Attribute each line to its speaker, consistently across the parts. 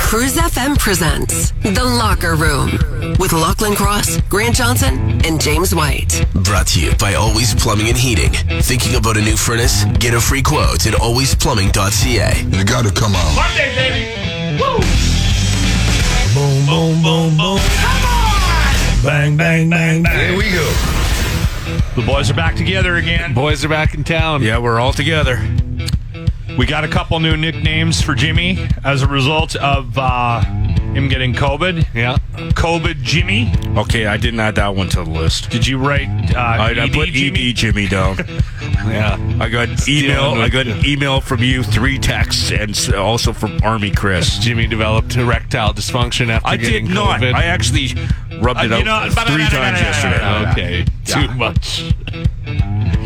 Speaker 1: Cruise FM presents The Locker Room with Lachlan Cross, Grant Johnson, and James White.
Speaker 2: Brought to you by Always Plumbing and Heating. Thinking about a new furnace? Get a free quote at alwaysplumbing.ca.
Speaker 3: You gotta come on.
Speaker 4: Monday, baby. Woo! Boom, boom, boom, boom. Come on! Bang, bang, bang, bang.
Speaker 5: Here we go.
Speaker 4: The boys are back together again.
Speaker 6: Boys are back in town.
Speaker 4: Yeah, we're all together. We got a couple new nicknames for Jimmy as a result of uh, him getting COVID.
Speaker 6: Yeah.
Speaker 4: COVID Jimmy.
Speaker 7: Okay, I didn't add that one to the list.
Speaker 4: Did you write uh,
Speaker 7: I, I
Speaker 4: ED
Speaker 7: put E
Speaker 4: Jimmy?
Speaker 7: ED Jimmy down.
Speaker 6: E Yeah.
Speaker 7: I got
Speaker 6: dealing
Speaker 7: email.
Speaker 6: with
Speaker 7: I got an email from you, three texts, and s- also from Army Chris.
Speaker 6: Jimmy developed erectile dysfunction after
Speaker 7: I
Speaker 6: getting
Speaker 7: did not.
Speaker 6: COVID.
Speaker 7: I actually rubbed
Speaker 4: Uh,
Speaker 7: it
Speaker 4: you
Speaker 7: out
Speaker 4: know-
Speaker 7: three times yesterday.
Speaker 6: okay. Too much.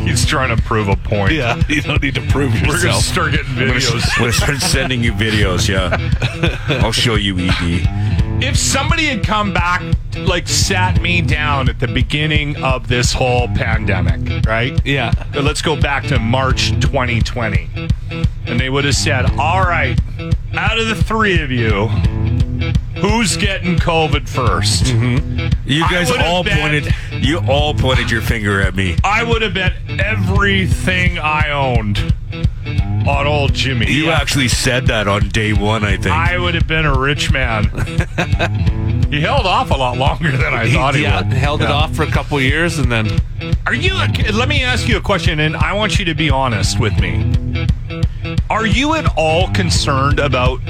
Speaker 4: He's trying to prove a point.
Speaker 6: Yeah. You don't need to prove
Speaker 4: We're going to
Speaker 6: yourself.
Speaker 4: start getting
Speaker 7: I'm gonna s-
Speaker 4: videos.
Speaker 7: I'm gonna start sending you videos. Yeah, I'll show you E ED.
Speaker 4: if somebody had come back, like sat me down at the beginning of this whole pandemic, right?
Speaker 6: Yeah.
Speaker 4: Let's go back to March 2020. And they would have said, all right, out of the three of you, who's getting COVID 1st
Speaker 7: You
Speaker 4: I
Speaker 7: guys
Speaker 4: would've
Speaker 7: all
Speaker 4: bet-
Speaker 7: pointed. You all pointed your finger at me.
Speaker 4: I would have bet everything I owned on old Jimmy.
Speaker 7: You actually said that on day one. I think.
Speaker 4: I would have been a rich man. he held off a lot longer than I thought he
Speaker 6: yeah,
Speaker 4: would.
Speaker 6: held it off for a couple years and then
Speaker 4: Are you? a- Let me ask you a question, and I want you to be honest with me. Are you at all concerned about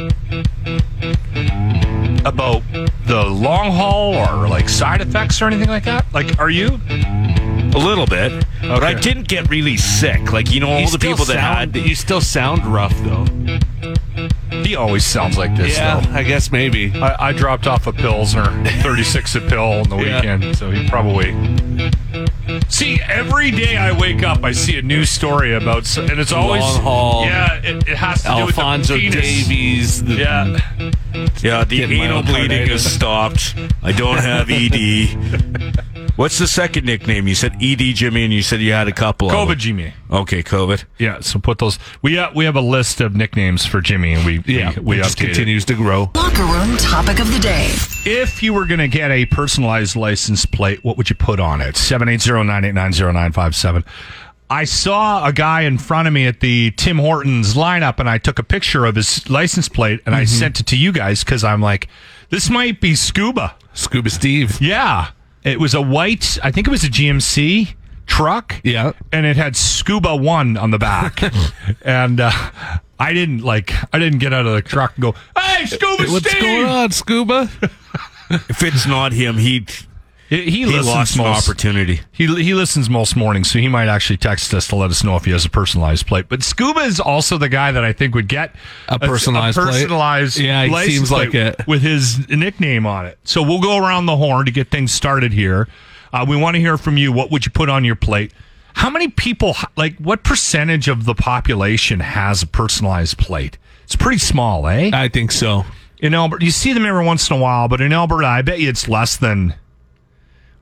Speaker 4: about the long haul or like side effects or anything like that? Like, are you?
Speaker 7: A little bit, but I
Speaker 4: Okay.
Speaker 7: didn't get really sick. Like you know, all
Speaker 6: You
Speaker 7: the
Speaker 6: still
Speaker 7: people that had
Speaker 6: sound, you still sound rough though.
Speaker 4: He always sounds like this. though.
Speaker 6: I guess maybe.
Speaker 4: I, I dropped off a pilsner, 36 a pill on the
Speaker 6: Yeah.
Speaker 4: weekend, so he probably. See, every day I wake up, I see a new story about, s- and it's always
Speaker 6: Long haul.
Speaker 4: Yeah, it, it has to
Speaker 6: Alfonso
Speaker 4: do with the penis.
Speaker 6: Davies. the-
Speaker 4: Yeah,
Speaker 7: Yeah, the
Speaker 6: Getting
Speaker 7: anal bleeding
Speaker 6: myocarditis.
Speaker 7: has stopped. I don't have ED. What's the second nickname? You said ED Jimmy, and you said you had a couple. of
Speaker 4: COVID
Speaker 7: them.
Speaker 4: Jimmy.
Speaker 7: Okay, COVID.
Speaker 4: Yeah, so put those. We have, we have a list of nicknames for Jimmy, and we
Speaker 6: Yeah,
Speaker 4: we, we
Speaker 6: it just
Speaker 4: update it.
Speaker 6: continues to grow.
Speaker 1: Locker Room topic of the day.
Speaker 4: If you were going to get a personalized license plate, what would you put on it? 780-989-0957. I saw a guy in front of me at the Tim Hortons lineup and I took a picture of his license plate and I sent it to you guys cuz I'm like this might be scuba.
Speaker 6: Scuba Steve.
Speaker 4: Yeah. It was a white, I think it was a GMC truck.
Speaker 6: Yeah.
Speaker 4: And it had Scuba 1 on the back. and uh, I didn't like I didn't get out of the truck and go, "Hey, Scuba
Speaker 6: What's
Speaker 4: Steve!"
Speaker 6: going on, Scuba?
Speaker 7: If it's not him, he
Speaker 4: He, he
Speaker 7: he
Speaker 4: listens
Speaker 7: lost an
Speaker 4: most-
Speaker 7: opportunity.
Speaker 4: He, he listens most mornings, so he might actually text us to let us know if he has a personalized plate. But Scuba is also the guy that I think would get
Speaker 6: A personalized
Speaker 4: a
Speaker 6: plate?
Speaker 4: personalized
Speaker 6: Yeah, he
Speaker 4: license
Speaker 6: seems like
Speaker 4: plate
Speaker 6: it.
Speaker 4: with his nickname on it. So we'll go around the horn to get things started here. Uh, we want to hear from you. What would you put on your plate? How many people, like, what percentage of the population has a personalized plate? It's pretty small, eh?
Speaker 6: I think so.
Speaker 4: in Alberta, you see them every once in a while, but in Alberta, I bet you it's less than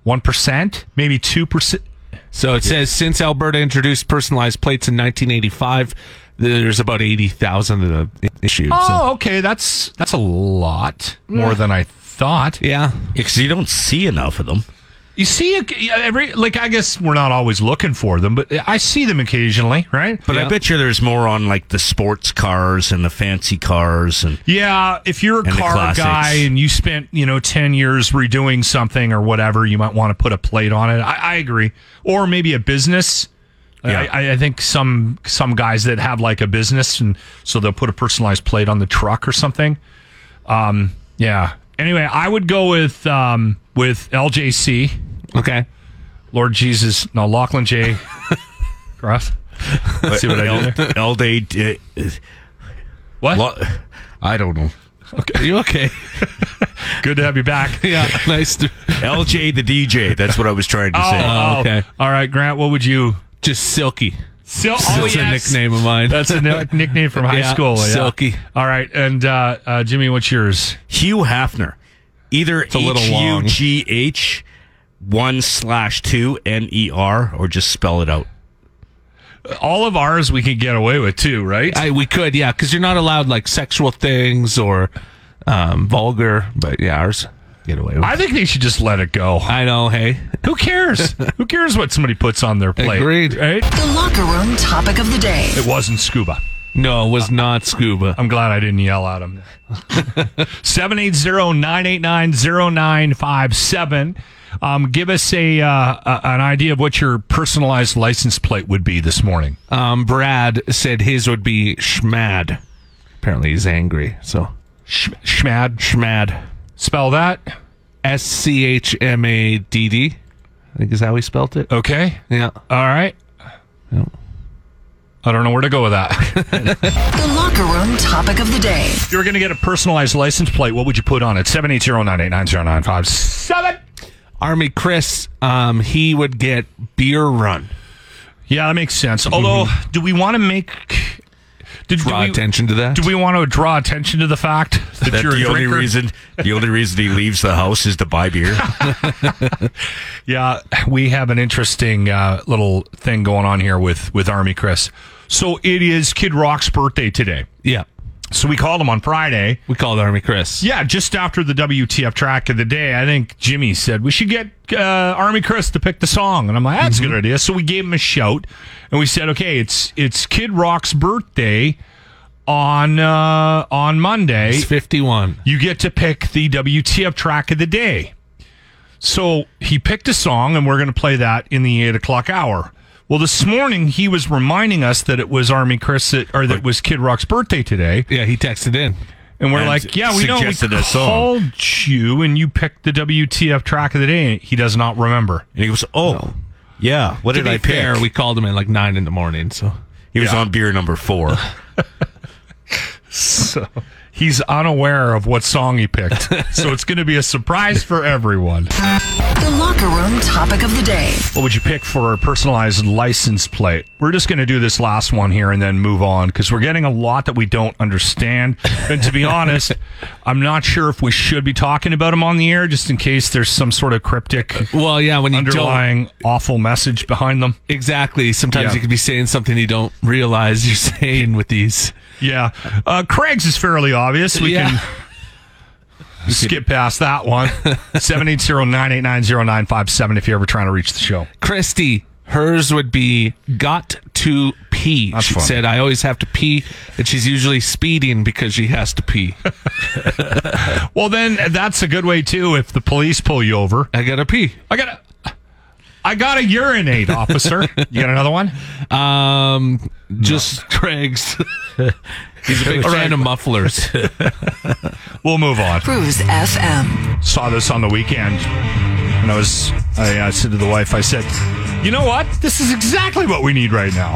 Speaker 4: one percent, maybe two percent.
Speaker 6: So it says since Alberta introduced personalized plates in 1985, there's about 80,000 of them issued. So,
Speaker 4: Oh, okay, that's that's a lot more than I thought.
Speaker 6: yeah.
Speaker 7: Because you don't see enough of them.
Speaker 4: You see, it- yeah, every like I guess we're not always looking for them, but I see them occasionally, right?
Speaker 7: But I
Speaker 6: Yeah.
Speaker 7: bet you there's more on like the sports cars and the fancy cars and
Speaker 4: Yeah, if you're a
Speaker 7: the
Speaker 4: car
Speaker 7: classics.
Speaker 4: guy and you spent, you know, 10 years redoing something or whatever, you might want to put a plate on it. I, I agree. Or maybe a business.
Speaker 7: Yeah.
Speaker 4: I, I- I think some some guys that have like a business and so they'll put a personalized plate on the truck or something. Um, yeah. Anyway, I would go with um, with LJC,
Speaker 6: Okay.
Speaker 4: Lord Jesus, no, Lachlan J. Cross. Let's see what I did there.
Speaker 7: L Day. Uh,
Speaker 4: What?
Speaker 7: lo- I don't know.
Speaker 6: Are you okay?
Speaker 4: Good to have you back.
Speaker 6: Yeah. nice. To,
Speaker 7: LJ the DJ. That's what I was trying to
Speaker 4: Oh,
Speaker 7: say.
Speaker 6: Oh,
Speaker 4: oh.
Speaker 6: okay.
Speaker 4: All right, Grant, what would you
Speaker 6: just Silky.
Speaker 4: Sil- oh,
Speaker 6: That's
Speaker 4: yes.
Speaker 6: a nickname of mine.
Speaker 4: That's a ni- nickname from high
Speaker 6: Yeah,
Speaker 4: school. Yeah.
Speaker 6: Silky.
Speaker 4: All right, and uh, uh, Jimmy, what's yours?
Speaker 7: Hugh Hafner. Either H
Speaker 6: a little
Speaker 7: U
Speaker 6: long.
Speaker 7: G H one slash two N E R or just spell it out.
Speaker 4: All of ours we can get away with too, right?
Speaker 6: I, we could, yeah, because you're not allowed like sexual things or um, vulgar, but yeah, ours get away with.
Speaker 4: I think they should just let it go.
Speaker 6: I know. Hey,
Speaker 4: Who cares? Who cares what somebody puts on their plate?
Speaker 6: Agreed.
Speaker 4: Right?
Speaker 1: The locker room topic of the day.
Speaker 4: It wasn't scuba.
Speaker 6: no, it was not scuba.
Speaker 4: I'm glad I didn't yell at him. 780-989-0957. Um, give us a, uh, a an idea of what your personalized license plate would be this morning.
Speaker 6: Um, Brad said his would be schmad. Apparently, he's angry. So
Speaker 4: Sh- schmad.
Speaker 6: schmad.
Speaker 4: Spell that.
Speaker 6: S C H M A D D. I think is how he spelt it.
Speaker 4: Okay.
Speaker 6: Yeah.
Speaker 4: All right.
Speaker 6: Yep.
Speaker 4: I don't know where to go with that.
Speaker 1: The locker room topic of the day.
Speaker 4: if you were going to get a personalized license plate, what would you put on it? 780-989-0957.
Speaker 6: Army Chris, um, he would get beer run.
Speaker 4: Yeah, that makes sense. Although, do we want to make... Did, do
Speaker 6: Draw
Speaker 4: we-
Speaker 6: attention to that.
Speaker 4: Do we want to draw attention to the fact that,
Speaker 7: That
Speaker 4: you're a
Speaker 7: the only
Speaker 4: drinker?
Speaker 7: reason the only reason he leaves the house is to buy beer.
Speaker 4: Yeah, we have an interesting uh, little thing going on here with with Army Chris. So it is Kid Rock's birthday today.
Speaker 6: yeah.
Speaker 4: So we called him on Friday.
Speaker 6: We called Army Chris.
Speaker 4: Yeah, just after the WTF track of the day, I think Jimmy said we should get uh, Army Chris to pick the song, and I'm like, that's a good idea. So we gave him a shout, and we said, okay, it's it's Kid Rock's birthday on uh, on Monday.
Speaker 6: He's 51.
Speaker 4: you get to pick the WTF track of the day. So he picked a song, and we're going to play that in the eight o'clock hour. Well, this morning he was reminding us that it was Army Chris that, or that it was Kid Rock's birthday today,
Speaker 6: Yeah, he texted in.
Speaker 4: and we're
Speaker 7: And
Speaker 4: like, "Yeah, we know
Speaker 7: suggested
Speaker 4: we
Speaker 7: a song.
Speaker 4: called you, and you picked the WTF track of the day." He does not remember.
Speaker 7: And he goes, "Oh, yeah. What
Speaker 6: To
Speaker 7: did
Speaker 6: be
Speaker 7: I pick?"
Speaker 6: fair, we called him at like nine in the morning. So
Speaker 7: he was
Speaker 4: Yeah.
Speaker 7: on beer number four.
Speaker 4: So he's unaware of what song he picked. so it's going to be a surprise for everyone.
Speaker 1: The locker room topic of the day.
Speaker 4: What would you pick for a personalized license plate? We're just going to do this last one here and then move on because we're getting a lot that we don't understand. And to be honest, I'm not sure if we should be talking about them on the air just in case there's some sort of cryptic,
Speaker 6: well, yeah, when you don't
Speaker 4: underlying, awful message behind them.
Speaker 6: exactly, sometimes
Speaker 4: Yeah.
Speaker 6: you could be saying something you don't realize you're saying with these.
Speaker 4: Yeah. Uh, Craig's is fairly obvious. We
Speaker 6: Yeah.
Speaker 4: can skip past that one. 780 989 0957 if you're ever trying to reach the show.
Speaker 6: Christy, hers would be got to pee.
Speaker 4: That's
Speaker 6: she
Speaker 4: funny.
Speaker 6: said, I always have to pee, and she's usually speeding because she has to pee.
Speaker 4: Well, then that's a good way, too, if the police pull you over.
Speaker 6: I gotta pee.
Speaker 4: I gotta. I gotta urinate, officer. You got another one?
Speaker 6: Um, just Craig's. He's a big fan of mufflers.
Speaker 4: We'll move on.
Speaker 1: Cruise FM.
Speaker 4: Saw this on the weekend, and I was. I, I said to the wife, I said, "You know what? This is exactly what we need right now.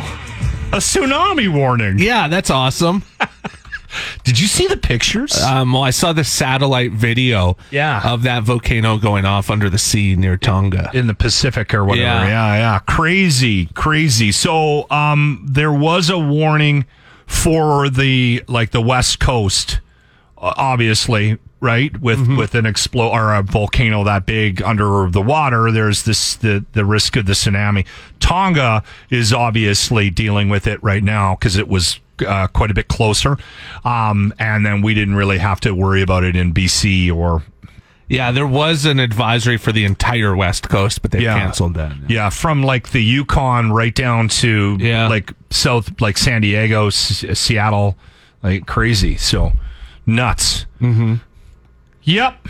Speaker 4: A tsunami warning."
Speaker 6: yeah, that's awesome.
Speaker 4: Did you see the pictures?
Speaker 6: Um, well, I saw the satellite video.
Speaker 4: Yeah.
Speaker 6: of that volcano going off under the sea near Tonga.
Speaker 4: in the Pacific or whatever. Yeah.
Speaker 6: Yeah.
Speaker 4: yeah, Crazy, crazy. So um there was a warning for the like the West Coast o- obviously, right? With with an explode or a volcano that big under the water, there's this the the risk of the tsunami. Tonga is obviously dealing with it right now cuz it was uh, quite a bit closer, um, and then we didn't really have to worry about it in BC or
Speaker 6: yeah, there was an advisory for the entire West Coast, but they
Speaker 4: Yeah.
Speaker 6: canceled that.
Speaker 4: Yeah, from like the Yukon right down to
Speaker 6: Yeah.
Speaker 4: like south, like San Diego, S- Seattle, like crazy. So nuts. Mm-hmm. Yep.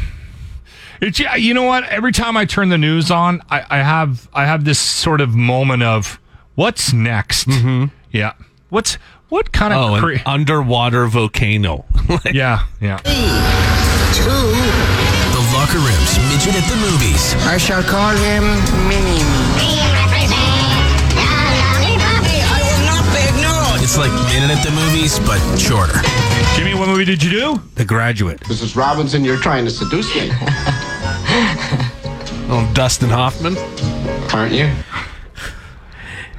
Speaker 4: It's yeah. You know what? Every time I turn the news on, I, I have I have this sort of moment of what's next. Mm-hmm. Yeah. What's what kind of
Speaker 6: Oh, an
Speaker 4: cra-
Speaker 6: underwater volcano.
Speaker 4: yeah yeah.
Speaker 2: The Locker Room's Midget at the Movies.
Speaker 3: I shall call him Mini Me. I will not be ignored.
Speaker 2: It's like Minute at the Movies, but shorter.
Speaker 4: Jimmy, what movie did you do?
Speaker 7: The graduate.
Speaker 5: Mrs. Robinson, you're trying to seduce me,
Speaker 6: oh, Dustin Hoffman.
Speaker 5: aren't you?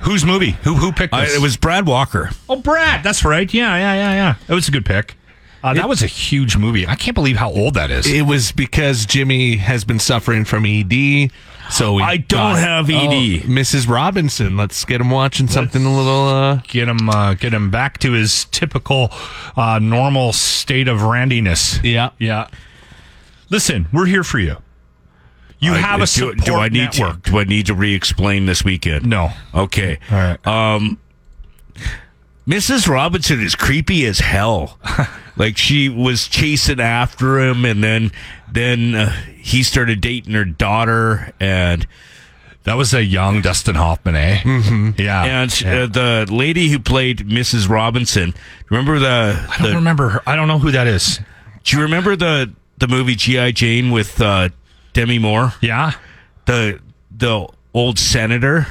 Speaker 4: Whose movie? Who who picked
Speaker 7: I,
Speaker 4: this?
Speaker 7: it was Brad Walker.
Speaker 4: oh Brad. That's right. Yeah yeah yeah yeah. It was a good pick. Uh, that was a huge movie. I can't believe how old that is.
Speaker 6: It was because Jimmy has been suffering from ED. So we
Speaker 7: I don't have E ED.
Speaker 6: Oh, Mrs. Robinson, let's get him watching something a little. Uh,
Speaker 4: get him, uh, get him back to his typical, uh, normal state of randiness.
Speaker 6: yeah,
Speaker 4: Yeah. Listen, we're here for you. You
Speaker 7: I- uh,
Speaker 4: have a
Speaker 7: do,
Speaker 4: support
Speaker 7: do I need
Speaker 4: network.
Speaker 7: to? Do I need to re-explain this weekend?
Speaker 4: No.
Speaker 7: Okay.
Speaker 4: All right.
Speaker 7: Um, Mrs. Robinson is creepy as hell. like she was chasing after him, and then then uh, he started dating her daughter, and
Speaker 4: That was a young Dustin Hoffman, eh? Mm-hmm. Yeah.
Speaker 7: and
Speaker 4: yeah.
Speaker 7: Uh, the lady who played Mrs. Robinson. Remember the?
Speaker 4: I don't
Speaker 7: the
Speaker 4: remember her. I don't know who that is.
Speaker 7: do you remember the the movie GI Jane with uh, Demi Moore?
Speaker 4: Yeah.
Speaker 7: The the old senator.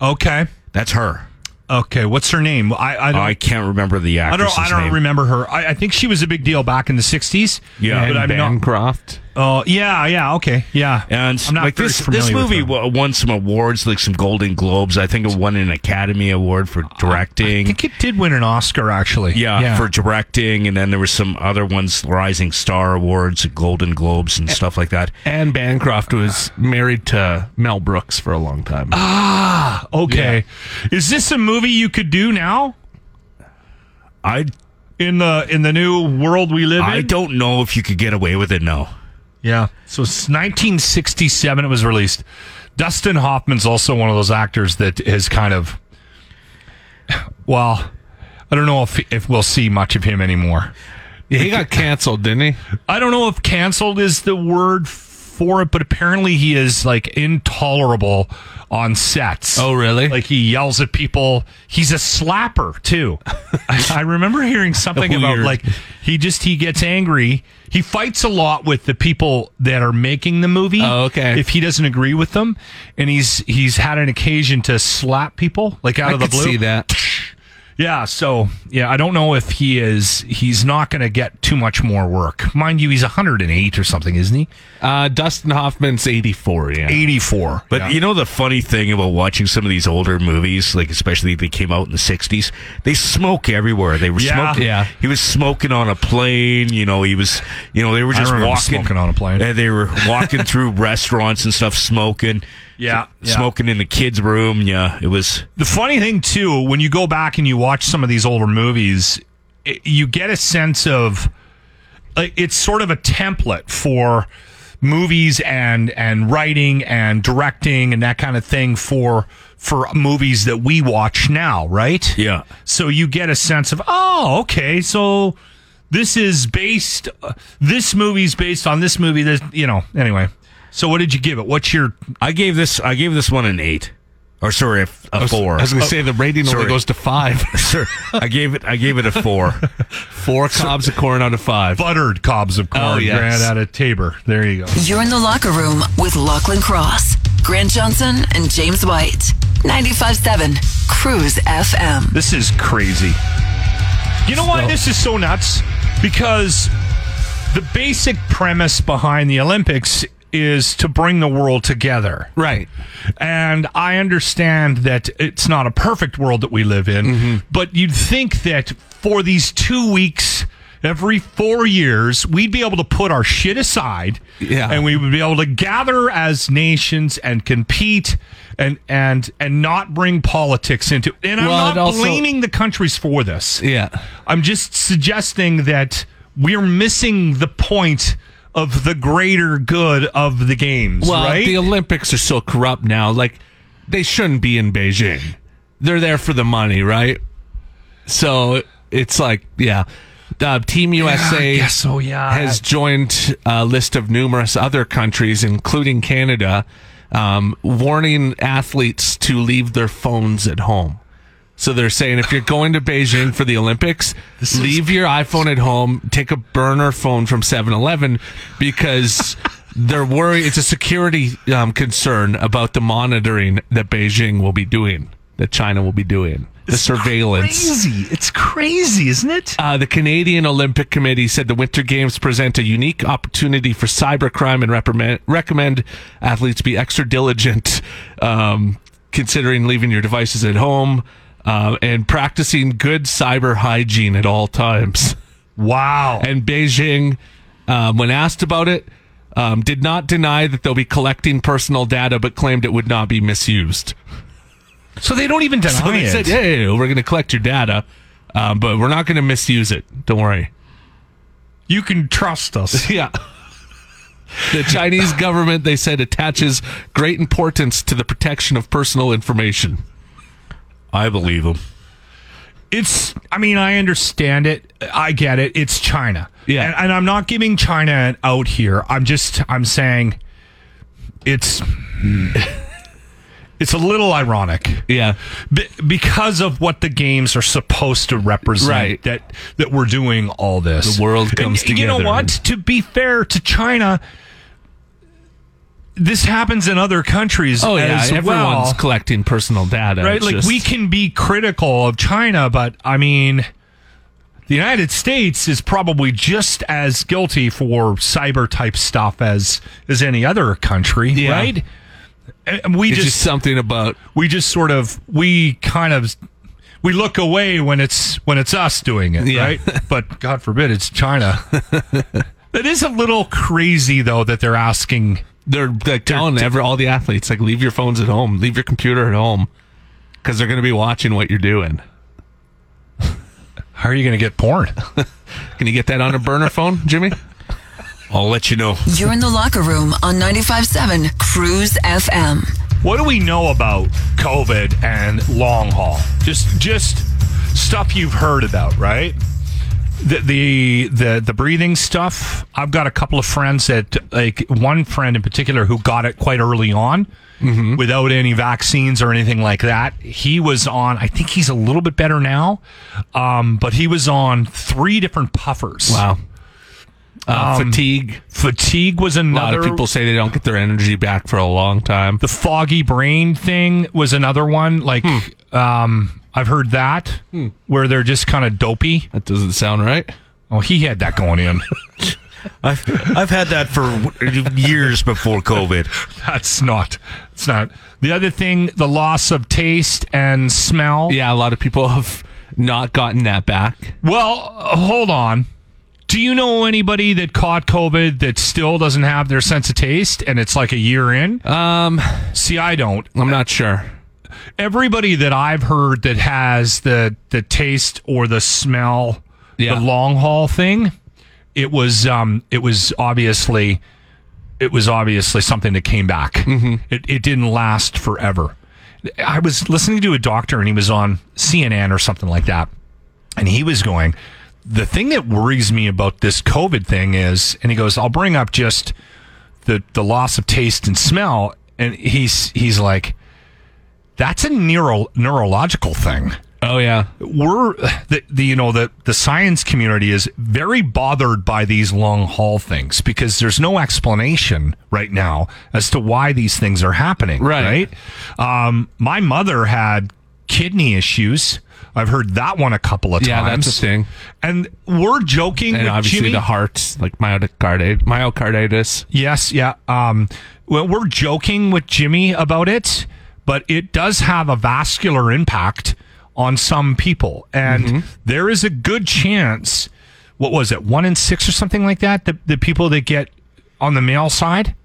Speaker 4: Okay.
Speaker 7: That's her. Oh,
Speaker 4: Okay. What's her name? I I don't.
Speaker 7: I can't remember the
Speaker 4: I
Speaker 7: actress.
Speaker 4: don't, I don't remember her. I, I think she was a big deal back in the 60s. But
Speaker 7: Yeah. And
Speaker 4: I'm not.
Speaker 6: Bancroft.
Speaker 4: Oh, yeah. Yeah. Okay. Yeah.
Speaker 7: And
Speaker 4: I'm not
Speaker 7: like
Speaker 4: very
Speaker 7: this, this
Speaker 4: familiar with
Speaker 7: movie
Speaker 4: her.
Speaker 7: wa- won some awards, like some Golden Globes. I think it won an Academy Award for
Speaker 4: I
Speaker 7: directing.
Speaker 4: think it did win an Oscar, actually.
Speaker 7: yeah, for directing, and then there were some other ones, Rising Star Awards, Golden Globes,
Speaker 4: Eh.
Speaker 7: and stuff like that.
Speaker 6: And Bancroft was married to Mel Brooks for a long time.
Speaker 4: okay. Is this a movie you could do now
Speaker 7: I
Speaker 4: in the in the new world we live
Speaker 7: I
Speaker 4: in?
Speaker 7: don't know if you could get away with it. No,
Speaker 4: Yeah. So it's 1967 it was released. Dustin Hoffman's also one of those actors that is kind of well, I don't know if if we'll see much of him anymore.
Speaker 6: yeah, he got canceled, didn't he?
Speaker 4: I don't know if canceled is the word for it, but apparently he is like intolerable on sets.
Speaker 6: Oh, really?
Speaker 4: Like he yells at people. He's a slapper too. I, I remember hearing something about
Speaker 6: Weird.
Speaker 4: like he just he gets angry. He fights a lot with the people that are making the movie.
Speaker 6: Oh, okay.
Speaker 4: If he doesn't agree with them, and he's he's had an occasion to slap people like out
Speaker 6: I
Speaker 4: of the
Speaker 6: could
Speaker 4: blue.
Speaker 6: see that.
Speaker 4: Yeah, so yeah, I don't know if he is. He's not going to get too much more work, mind you. He's 108 or something, isn't he?
Speaker 6: Uh, Dustin Hoffman's 84, yeah.
Speaker 4: 84.
Speaker 7: but you know the funny thing about watching some of these older movies, like especially if they came out in the '60s, they smoke everywhere. They were
Speaker 4: Yeah.
Speaker 7: smoking.
Speaker 6: Yeah.
Speaker 7: he was smoking on a plane. You know, he was. You know, they were
Speaker 4: I
Speaker 7: just
Speaker 4: remember
Speaker 7: walking
Speaker 4: smoking on a plane.
Speaker 7: And they were walking through restaurants and stuff, smoking.
Speaker 4: Yeah, yeah.
Speaker 7: smoking in the kids' room. Yeah, it was.
Speaker 4: the funny thing too, when you go back and you watch some of these older movies, it, you get a sense of like, it's sort of a template for movies and and writing and directing and that kind of thing for for movies that we watch now, right?
Speaker 7: Yeah,
Speaker 4: So you get a sense of, oh, okay, so this is based, uh, this movie's based on this movie. This, you know, anyway. So what did you give it? What's your?
Speaker 7: I gave this. I gave this one an eight, or sorry, a, f- a
Speaker 6: I was-
Speaker 7: four.
Speaker 6: I was going to say the rating
Speaker 7: sorry.
Speaker 6: only goes to five.
Speaker 7: Sir, I gave it. I gave it a four.
Speaker 6: Four cobs of corn out of five.
Speaker 4: Buttered cobs of corn,
Speaker 6: Oh, yes.
Speaker 4: Grant out of Tabor. There you go.
Speaker 1: You're in the locker room with Lachlan Cross, Grant Johnson, and James White. 95.7 Cruise FM.
Speaker 4: This is crazy. You know why this is so nuts? Because the basic premise behind the Olympics is to bring the world together.
Speaker 6: Right.
Speaker 4: And I understand that it's not a perfect world that we live in,
Speaker 6: Mm-hmm.
Speaker 4: but you'd think that for these two weeks, every four years, we'd be able to put our shit aside,
Speaker 6: Yeah.
Speaker 4: and we would be able to gather as nations and compete. And, and and not bring politics into and
Speaker 6: Well,
Speaker 4: I'm
Speaker 6: it
Speaker 4: not
Speaker 6: also-
Speaker 4: blaming the countries for this.
Speaker 6: Yeah.
Speaker 4: I'm just suggesting that we're missing the point of the greater good of the games,
Speaker 6: Well,
Speaker 4: right?
Speaker 6: the Olympics are so corrupt now. Like, they shouldn't be in Beijing. They're there for the money, right? So it's like, yeah. Uh, Team USA
Speaker 4: guess so, yeah.
Speaker 6: has joined a list of numerous other countries, including Canada, um, warning athletes to leave their phones at home. So they're saying if you're going to Beijing for the Olympics, leave your iPhone at home, take a burner phone from 7-Eleven because they're worried it's a security um, concern about the monitoring that Beijing will be doing, that China will be doing, the surveillance.
Speaker 4: Crazy. It's crazy, isn't it?
Speaker 6: Uh, the Canadian Olympic Committee said the Winter Games present a unique opportunity for cybercrime and reprimand, recommend athletes be extra diligent um, considering leaving your devices uh, at home um, and practicing good cyber hygiene at all times.
Speaker 4: Wow.
Speaker 6: and Beijing, um, when asked about it, um, did not deny that they'll be collecting personal data, but claimed it would not be misused.
Speaker 4: so they don't even deny
Speaker 6: So they
Speaker 4: it.
Speaker 6: said, "Yeah, yeah, yeah, we're going to collect your data, um, but we're not going to misuse it. Don't worry."
Speaker 4: You can trust us.
Speaker 6: Yeah. The Chinese government, they said, attaches great importance to the protection of personal information.
Speaker 7: I believe him.
Speaker 4: It's, I mean, I understand it. I get it. It's China.
Speaker 6: Yeah.
Speaker 4: And, and I'm not giving China an out here. I'm just, I'm saying it's, it's a little ironic.
Speaker 6: Yeah.
Speaker 4: Be- because of what the games are supposed to represent
Speaker 6: Right.
Speaker 4: that that we're doing all this
Speaker 6: The world
Speaker 4: And
Speaker 6: comes
Speaker 4: you know
Speaker 6: together
Speaker 4: what
Speaker 6: and-
Speaker 4: to be fair to china this happens in other countries
Speaker 6: Oh, yeah.
Speaker 4: as
Speaker 6: Everyone's
Speaker 4: well
Speaker 6: collecting personal data.
Speaker 4: right
Speaker 6: It's
Speaker 4: like
Speaker 6: just-
Speaker 4: we can be critical of china but i mean the united states is probably just as guilty for cyber type stuff as as any other country
Speaker 6: Yeah.
Speaker 4: right And we
Speaker 6: It's just, something about.
Speaker 4: we just sort of we kind of we look away when it's when it's us doing it
Speaker 6: Yeah.
Speaker 4: right but god forbid it's china that is a little crazy though that they're asking
Speaker 6: They're, like telling every, all the athletes, like, leave your phones at home, leave your computer at home, because they're going to be watching what you're doing.
Speaker 4: how are you going to get porn
Speaker 6: Can you get that on a burner phone, Jimmy?
Speaker 7: I'll let you know.
Speaker 1: You're in the locker room on 95.7 Cruise FM.
Speaker 4: what do we know about covid and long haul just just stuff you've heard about right the, the the the breathing stuff i've got a couple of friends that like one friend in particular who got it quite early on
Speaker 6: Mm-hmm.
Speaker 4: without any vaccines or anything like that he was on i think he's a little bit better now um, but he was on three different puffers
Speaker 6: Wow.
Speaker 4: Um,
Speaker 6: Uh, fatigue.
Speaker 4: fatigue was
Speaker 6: A lot
Speaker 4: another
Speaker 6: of people say they don't get their energy back for a long time.
Speaker 4: the foggy brain thing was another one like um, i've heard that where they're just kind of dopey
Speaker 6: That doesn't sound right.
Speaker 4: oh he had that going in
Speaker 7: I've I've had that for w- years before COVID.
Speaker 4: That's not. It's not. The other thing, the loss of taste and smell.
Speaker 6: Yeah, a lot of people have not gotten that back.
Speaker 4: Well, uh, hold on. Do you know anybody that caught COVID that still doesn't have their sense of taste and it's like a year in? Um, see, I don't.
Speaker 6: I'm not sure.
Speaker 4: Everybody that I've heard that has the the taste or the smell,
Speaker 6: Yeah.
Speaker 4: the long haul thing, it was um it was obviously it was obviously something that came back. It, it didn't last forever. I was listening to a doctor and he was on CNN or something like that. And he was going, The thing that worries me about this COVID thing is, and he goes, I'll bring up just the, the loss of taste and smell. And he's, he's like, That's a neuro, neurological thing
Speaker 6: Oh yeah,
Speaker 4: we're the, the you know the the science community is very bothered by these long haul things because there's no explanation right now as to why these things are happening
Speaker 6: Right.
Speaker 4: right? um my mother had kidney issues i've heard that one a couple of
Speaker 6: yeah,
Speaker 4: times
Speaker 6: that's a thing.
Speaker 4: and we're joking
Speaker 6: And
Speaker 4: with
Speaker 6: obviously
Speaker 4: Jimmy.
Speaker 6: the heart, like myocardit- myocarditis.
Speaker 4: Yes, yeah. Um, well, we're joking with Jimmy about it, but it does have a vascular impact on some people, and there is a good chance. What was it? One in six or something like that. The the people that get on the male side,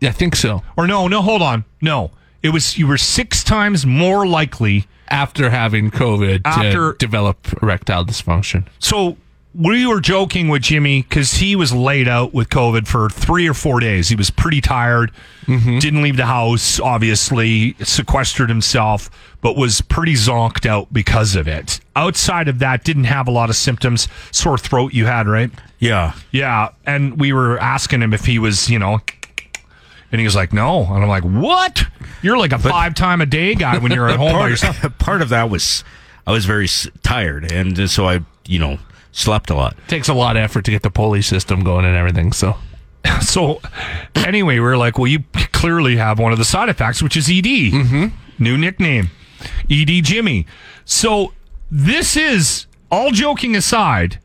Speaker 6: Yeah, I think so.
Speaker 4: or no, no, hold on, no. It was you were six times more likely.
Speaker 6: After having COVID,
Speaker 4: After-
Speaker 6: to develop erectile dysfunction.
Speaker 4: So we were joking with Jimmy because he was laid out with COVID for three or four days. He was pretty tired, didn't leave the house, obviously, sequestered himself, but was pretty zonked out because of it. Outside of that, didn't have a lot of symptoms. Sore throat, you had, right?
Speaker 7: Yeah.
Speaker 4: Yeah. And we were asking him if he was, you know, and he was like, no. And I'm like, what? You're like a five time a day guy when you're at home by yourself.
Speaker 7: Part, part of that was I was very s- tired, and uh, so I you know slept a lot.
Speaker 6: Takes a lot of effort to get the pulley system going and everything. So
Speaker 4: So, anyway, we are like, well, you clearly have one of the side effects, which is ED. Mm-hmm. New nickname, ED Jimmy. So, this is all joking aside.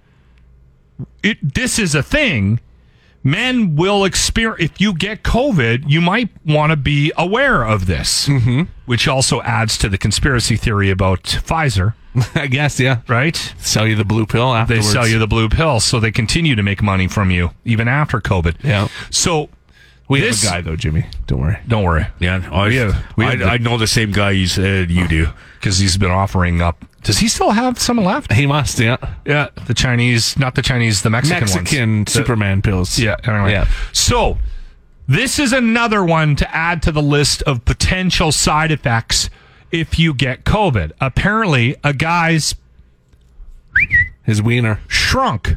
Speaker 4: It this is a thing. Men will experience if you get COVID, you might want to be aware of this, mm-hmm. which also adds to the conspiracy theory about Pfizer.
Speaker 6: I guess, yeah.
Speaker 4: right?
Speaker 6: Sell you the blue pill
Speaker 4: They
Speaker 6: afterwards.
Speaker 4: sell you the blue pill, so they continue to make money from you even after COVID.
Speaker 6: Yeah.
Speaker 4: So
Speaker 6: we
Speaker 4: this-
Speaker 6: have a guy though, Jimmy. Don't worry.
Speaker 4: don't worry,
Speaker 7: oh, Yeah, I,
Speaker 4: We have- we
Speaker 7: I,
Speaker 4: have the-
Speaker 7: I know the same guy you said you do.
Speaker 4: because he's been offering up. Does he still have some left?
Speaker 6: He must, yeah.
Speaker 4: Yeah, the Chinese, not the Chinese, the Mexican,
Speaker 6: Mexican
Speaker 4: ones. The-
Speaker 6: Superman pills.
Speaker 4: Yeah. Anyway.
Speaker 6: Yeah.
Speaker 4: So this is another one to add to the list of potential side effects if you get COVID. Apparently, a guy's
Speaker 6: His wiener.
Speaker 4: shrunk.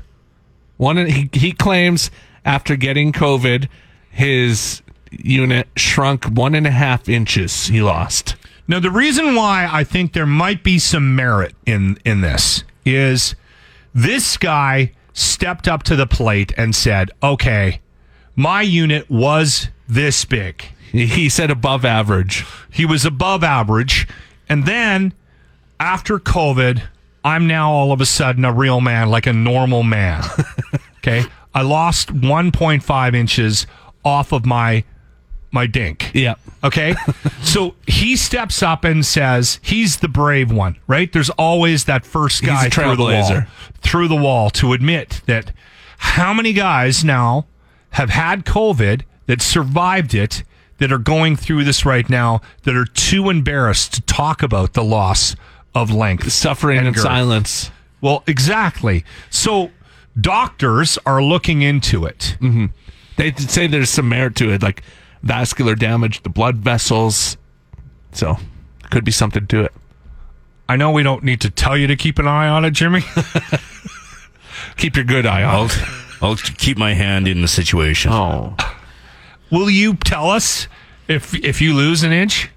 Speaker 6: One he he claims after getting COVID, his unit shrunk one and a half inches. He lost.
Speaker 4: Now, the reason why I think there might be some merit in in this is this guy stepped up to the plate and said, "Okay, my unit was this big.
Speaker 6: He, he said above average.
Speaker 4: He was above average, and then after COVID, I'm now all of a sudden a real man, like a normal man. okay, I lost 1.5 inches off of my my dink.
Speaker 6: Yeah.
Speaker 4: Okay. so he steps up and says he's the brave one, right? There's always that first
Speaker 6: He's a
Speaker 4: guy through the wall,
Speaker 6: trailblazer.
Speaker 4: through the wall to admit that how many guys now have had COVID that survived it that are going through this right now that are too embarrassed to talk about the loss of length
Speaker 6: Suffering
Speaker 4: and
Speaker 6: in
Speaker 4: girth.
Speaker 6: silence.
Speaker 4: Well, exactly. So doctors are looking into it.
Speaker 6: Mm. They did say there's some merit to it, like vascular damage, the blood vessels. So could be something to it.
Speaker 4: I know we don't need to tell you to keep an eye on it, Jimmy.
Speaker 6: Keep your good eye
Speaker 7: I'll
Speaker 6: out.
Speaker 7: I'll keep my hand in the situation.
Speaker 6: Oh.
Speaker 4: Will you tell us if if you lose an inch?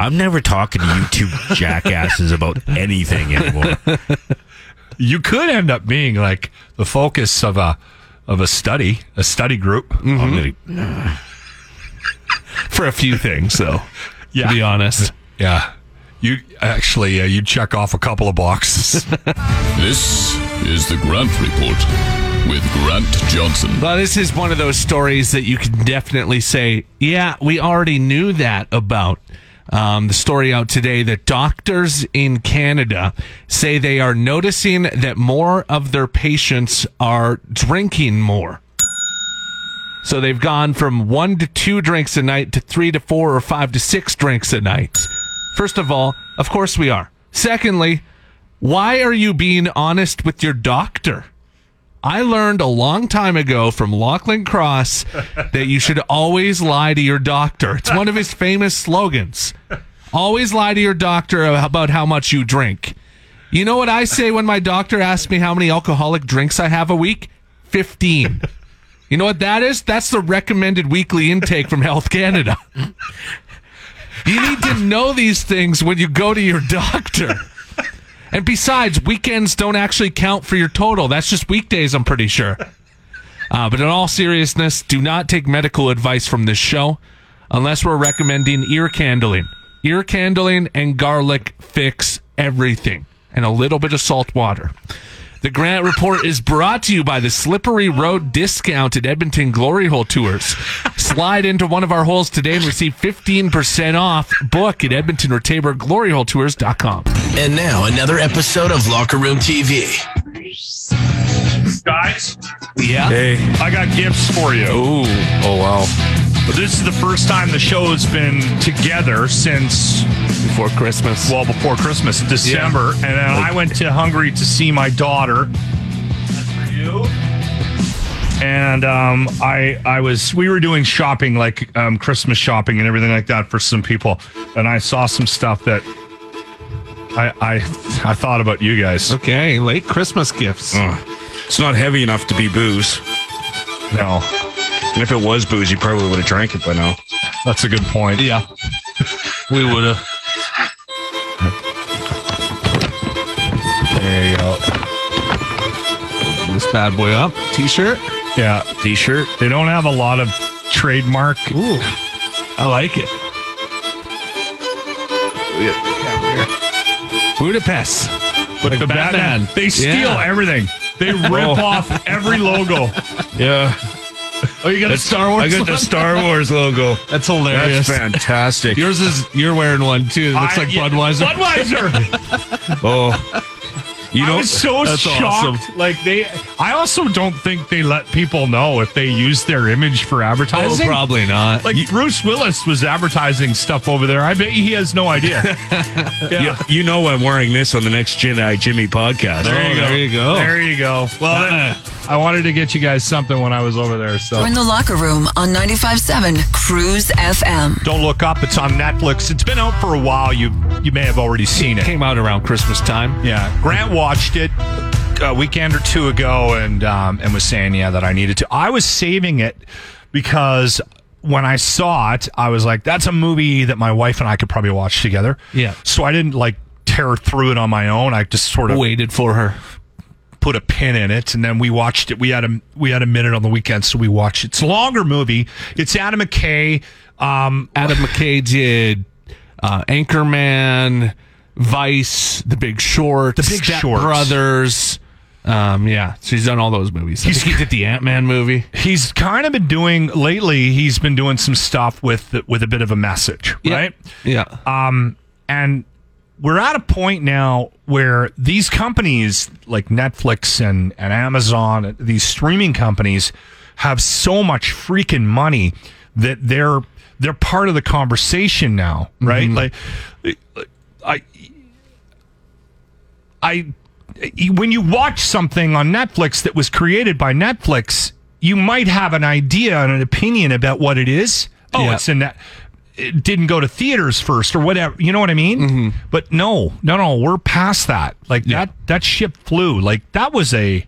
Speaker 7: I'm never talking to you two jackasses about anything anymore.
Speaker 4: You could end up being like the focus of a of a study, a study group.
Speaker 7: I'm gonna,
Speaker 6: For a few things, though.
Speaker 4: Yeah.
Speaker 6: To be honest.
Speaker 4: Yeah. You actually uh, you check off a couple of boxes.
Speaker 8: This is the Grant Report with Grant Johnson.
Speaker 6: Well, this is one of those stories that you can definitely say, yeah, we already knew that about. Um, the story out today that doctors in Canada say they are noticing that more of their patients are drinking more. So they've gone from one to two drinks a night to three to four or five to six drinks a night. First of all, of course we are. Secondly, why are you being honest with your doctor? I learned a long time ago from Lachlan Cross that you should always lie to your doctor. It's one of his famous slogans. Always lie to your doctor about how much you drink. You know what I say when my doctor asks me how many alcoholic drinks I have a week? 15. You know what that is? That's the recommended weekly intake from Health Canada. You need to know these things when you go to your doctor. And besides, weekends don't actually count for your total. That's just weekdays, I'm pretty sure. Uh, but in all seriousness, do not take medical advice from this show unless we're recommending ear candling. Ear candling and garlic fix everything, and a little bit of salt water. The Grant Report is brought to you by the Slippery Road Discount at Edmonton Glory Hole Tours. Slide into one of our holes today and receive 15% off. Book at Edmonton or Tabor Glory Hole Tours.com.
Speaker 2: And now another episode of Locker Room TV.
Speaker 4: Guys,
Speaker 6: Yeah.
Speaker 7: hey,
Speaker 4: I got gifts for you.
Speaker 7: ooh, oh wow!
Speaker 4: This is the first time the show's been together since
Speaker 6: before Christmas.
Speaker 4: well before Christmas, December, and then I went to Hungary to see my daughter. That's for you. And um, I, I was, we were doing shopping, like um, Christmas shopping and everything like that for some people, and I saw some stuff that I, I, I thought about you guys.
Speaker 6: okay, late Christmas gifts.
Speaker 7: It's not heavy enough to be booze,
Speaker 4: No,
Speaker 7: and if it was booze, you probably would have drank it by now.
Speaker 4: that's a good point.
Speaker 6: Yeah.
Speaker 4: we would have. There you go.
Speaker 6: This bad boy up. T-shirt.
Speaker 4: Yeah, t-shirt. They don't have a lot of trademark.
Speaker 6: Ooh. I like it. Budapest.
Speaker 4: But the Batman,
Speaker 6: Batman. Oh.
Speaker 4: they steal
Speaker 6: Yeah.
Speaker 4: everything. They rip off every logo.
Speaker 7: Yeah,
Speaker 4: Oh, you got
Speaker 7: That's- I got the Star Wars logo.
Speaker 6: That's hilarious.
Speaker 7: That's fantastic.
Speaker 6: Yours is you're wearing one too. It looks
Speaker 4: I-
Speaker 6: like
Speaker 4: yeah,
Speaker 6: Budweiser.
Speaker 4: Budweiser.
Speaker 7: oh, you
Speaker 4: I
Speaker 7: know,
Speaker 4: was so
Speaker 6: That's
Speaker 4: shocked. Like they, I also don't think they let people know if they use their image for
Speaker 6: Oh,
Speaker 4: advertising.
Speaker 6: probably not.
Speaker 4: Like Bruce Willis was advertising stuff over there. I bet he has no idea.
Speaker 7: you, you know, I'm wearing this on the next Jedi Jimmy podcast.
Speaker 6: Oh, There you go.
Speaker 4: There you go. Well, then, I wanted to get you guys something when I was over there.
Speaker 1: We're
Speaker 4: So
Speaker 1: in the locker room on 95.7 Cruise FM.
Speaker 4: don't look up. It's on Netflix. It's been out for a while. You you may have already seen it.
Speaker 6: Came out around Christmas time.
Speaker 4: Yeah, Grant watched it a weekend or two ago and um, and was saying yeah that I needed to. I was saving it because when I saw it, I was like, that's a movie that my wife and I could probably watch together.
Speaker 6: Yeah.
Speaker 4: So I didn't like tear through it on my own. I just sort of
Speaker 6: Waited for her.
Speaker 4: put a pin in it, and then we watched it. We had a we had a minute on the weekend, so we watched it. It's a longer movie. It's Adam McKay. Um,
Speaker 6: Adam McKay did uh, Anchorman, Vice, The Big Short, The
Speaker 4: Big Short.
Speaker 6: Brothers. Um, yeah, so he's done all those movies. I
Speaker 4: He's-
Speaker 6: think he did the Ant Man movie.
Speaker 4: he's kind of been doing lately. He's been doing some stuff with with a bit of a message, right?
Speaker 6: Yeah.
Speaker 4: and we're at a point now where these companies like Netflix and, and Amazon, these streaming companies, have so much freaking money that they're they're part of the conversation now, right? Like, I, I, when you watch something on Netflix that was created by Netflix, you might have an idea and an opinion about what it is. Oh,
Speaker 6: Yeah.
Speaker 4: it's in that it didn't go to theaters first or whatever. You know what I mean? But no, no, no, we're past that. Like that that ship flew. Like that was a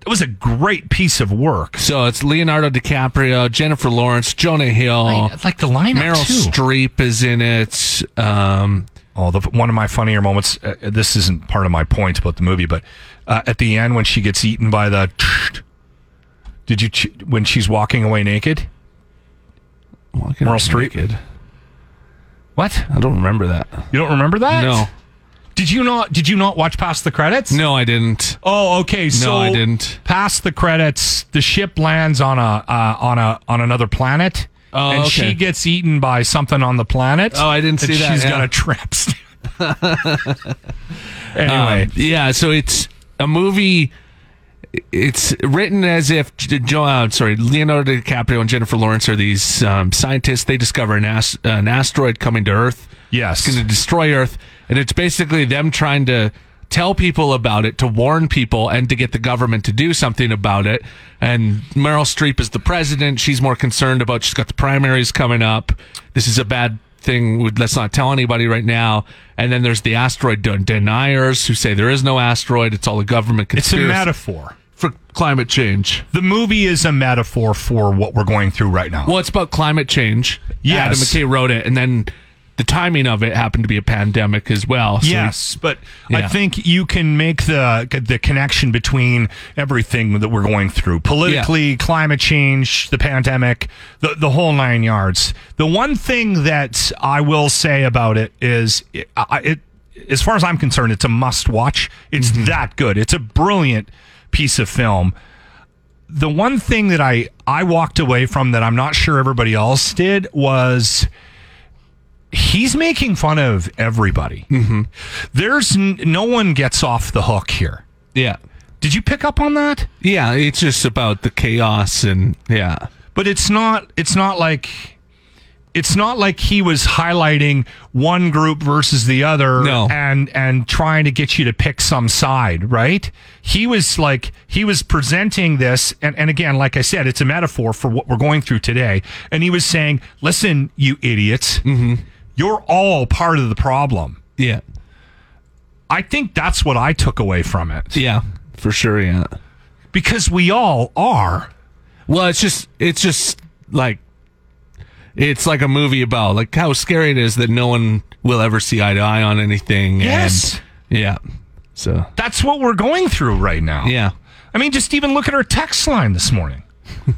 Speaker 4: that was a great piece of work.
Speaker 6: so it's Leonardo DiCaprio, Jennifer Lawrence, Jonah Hill,
Speaker 4: like the lineup
Speaker 6: Meryl Streep is in it. Um,
Speaker 4: Oh, the, one of my funnier moments. Uh, this isn't part of my point about the movie, but uh, at the end when she gets eaten by the. Did you ch- when she's walking away naked?
Speaker 6: well, I can
Speaker 4: Meryl
Speaker 6: remember
Speaker 4: Streep?
Speaker 6: naked.
Speaker 4: What?
Speaker 6: I don't remember that.
Speaker 4: You don't remember that?
Speaker 6: No,
Speaker 4: Did you not? Did you not watch past the credits?
Speaker 6: no, I didn't.
Speaker 4: Oh, okay. No, so
Speaker 6: I didn't.
Speaker 4: Past the credits, the ship lands on a uh, on a on another planet,
Speaker 6: Oh,
Speaker 4: and
Speaker 6: okay.
Speaker 4: she gets eaten by something on the planet.
Speaker 6: Oh, I didn't
Speaker 4: and
Speaker 6: see that,
Speaker 4: She's
Speaker 6: yeah.
Speaker 4: got a tramp stamp. anyway,
Speaker 6: Um, yeah, so it's a movie. It's written as if J- Jo- uh, sorry, Leonardo DiCaprio and Jennifer Lawrence are these um, scientists. They discover an, ast- an asteroid coming to Earth.
Speaker 4: Yes.
Speaker 6: it's going to destroy Earth, and it's basically them trying to tell people about it, to warn people, and to get the government to do something about it. And Meryl Streep is the president. She's more concerned about she's got the primaries coming up. This is a bad thing. Would- Let's not tell anybody right now. And then there's the asteroid den- deniers who say there is no asteroid. It's all a government
Speaker 4: it's a
Speaker 6: conspiracy
Speaker 4: metaphor.
Speaker 6: for climate change.
Speaker 4: The movie is a metaphor for what we're going through right now.
Speaker 6: Well, it's about climate change.
Speaker 4: Yes.
Speaker 6: Adam McKay wrote it, and then the timing of it happened to be a pandemic as well. So
Speaker 4: yes, but I
Speaker 6: Yeah.
Speaker 4: think you can make the the connection between everything that we're going through politically, climate change, the pandemic, the the whole nine yards. The one thing that I will say about it is, it, I- it as far as I'm concerned, it's a must watch. It's that good. It's a brilliant piece of film. the one thing that I I walked away from that I'm not sure everybody else did was he's making fun of everybody. There's n- no one gets off the hook here.
Speaker 6: Yeah.
Speaker 4: Did you pick up on that?
Speaker 6: Yeah, it's just about the chaos and yeah.
Speaker 4: But it's not it's not like it's not like he was highlighting one group versus the other
Speaker 6: No.
Speaker 4: and and trying to get you to pick some side, right? He was like he was presenting this and, and again, like I said, it's a metaphor for what we're going through today. And he was saying, Listen, you idiots,
Speaker 6: Mm-hmm.
Speaker 4: you're all part of the problem.
Speaker 6: Yeah.
Speaker 4: I think that's what I took away from it.
Speaker 6: Yeah. For sure, yeah.
Speaker 4: Because we all are.
Speaker 6: Well, it's just it's just like it's like a movie about like how scary it is that no one will ever see eye to eye on anything.
Speaker 4: Yes.
Speaker 6: And, yeah. So
Speaker 4: That's what we're going through right now.
Speaker 6: yeah.
Speaker 4: I mean, just even look at our text line this morning,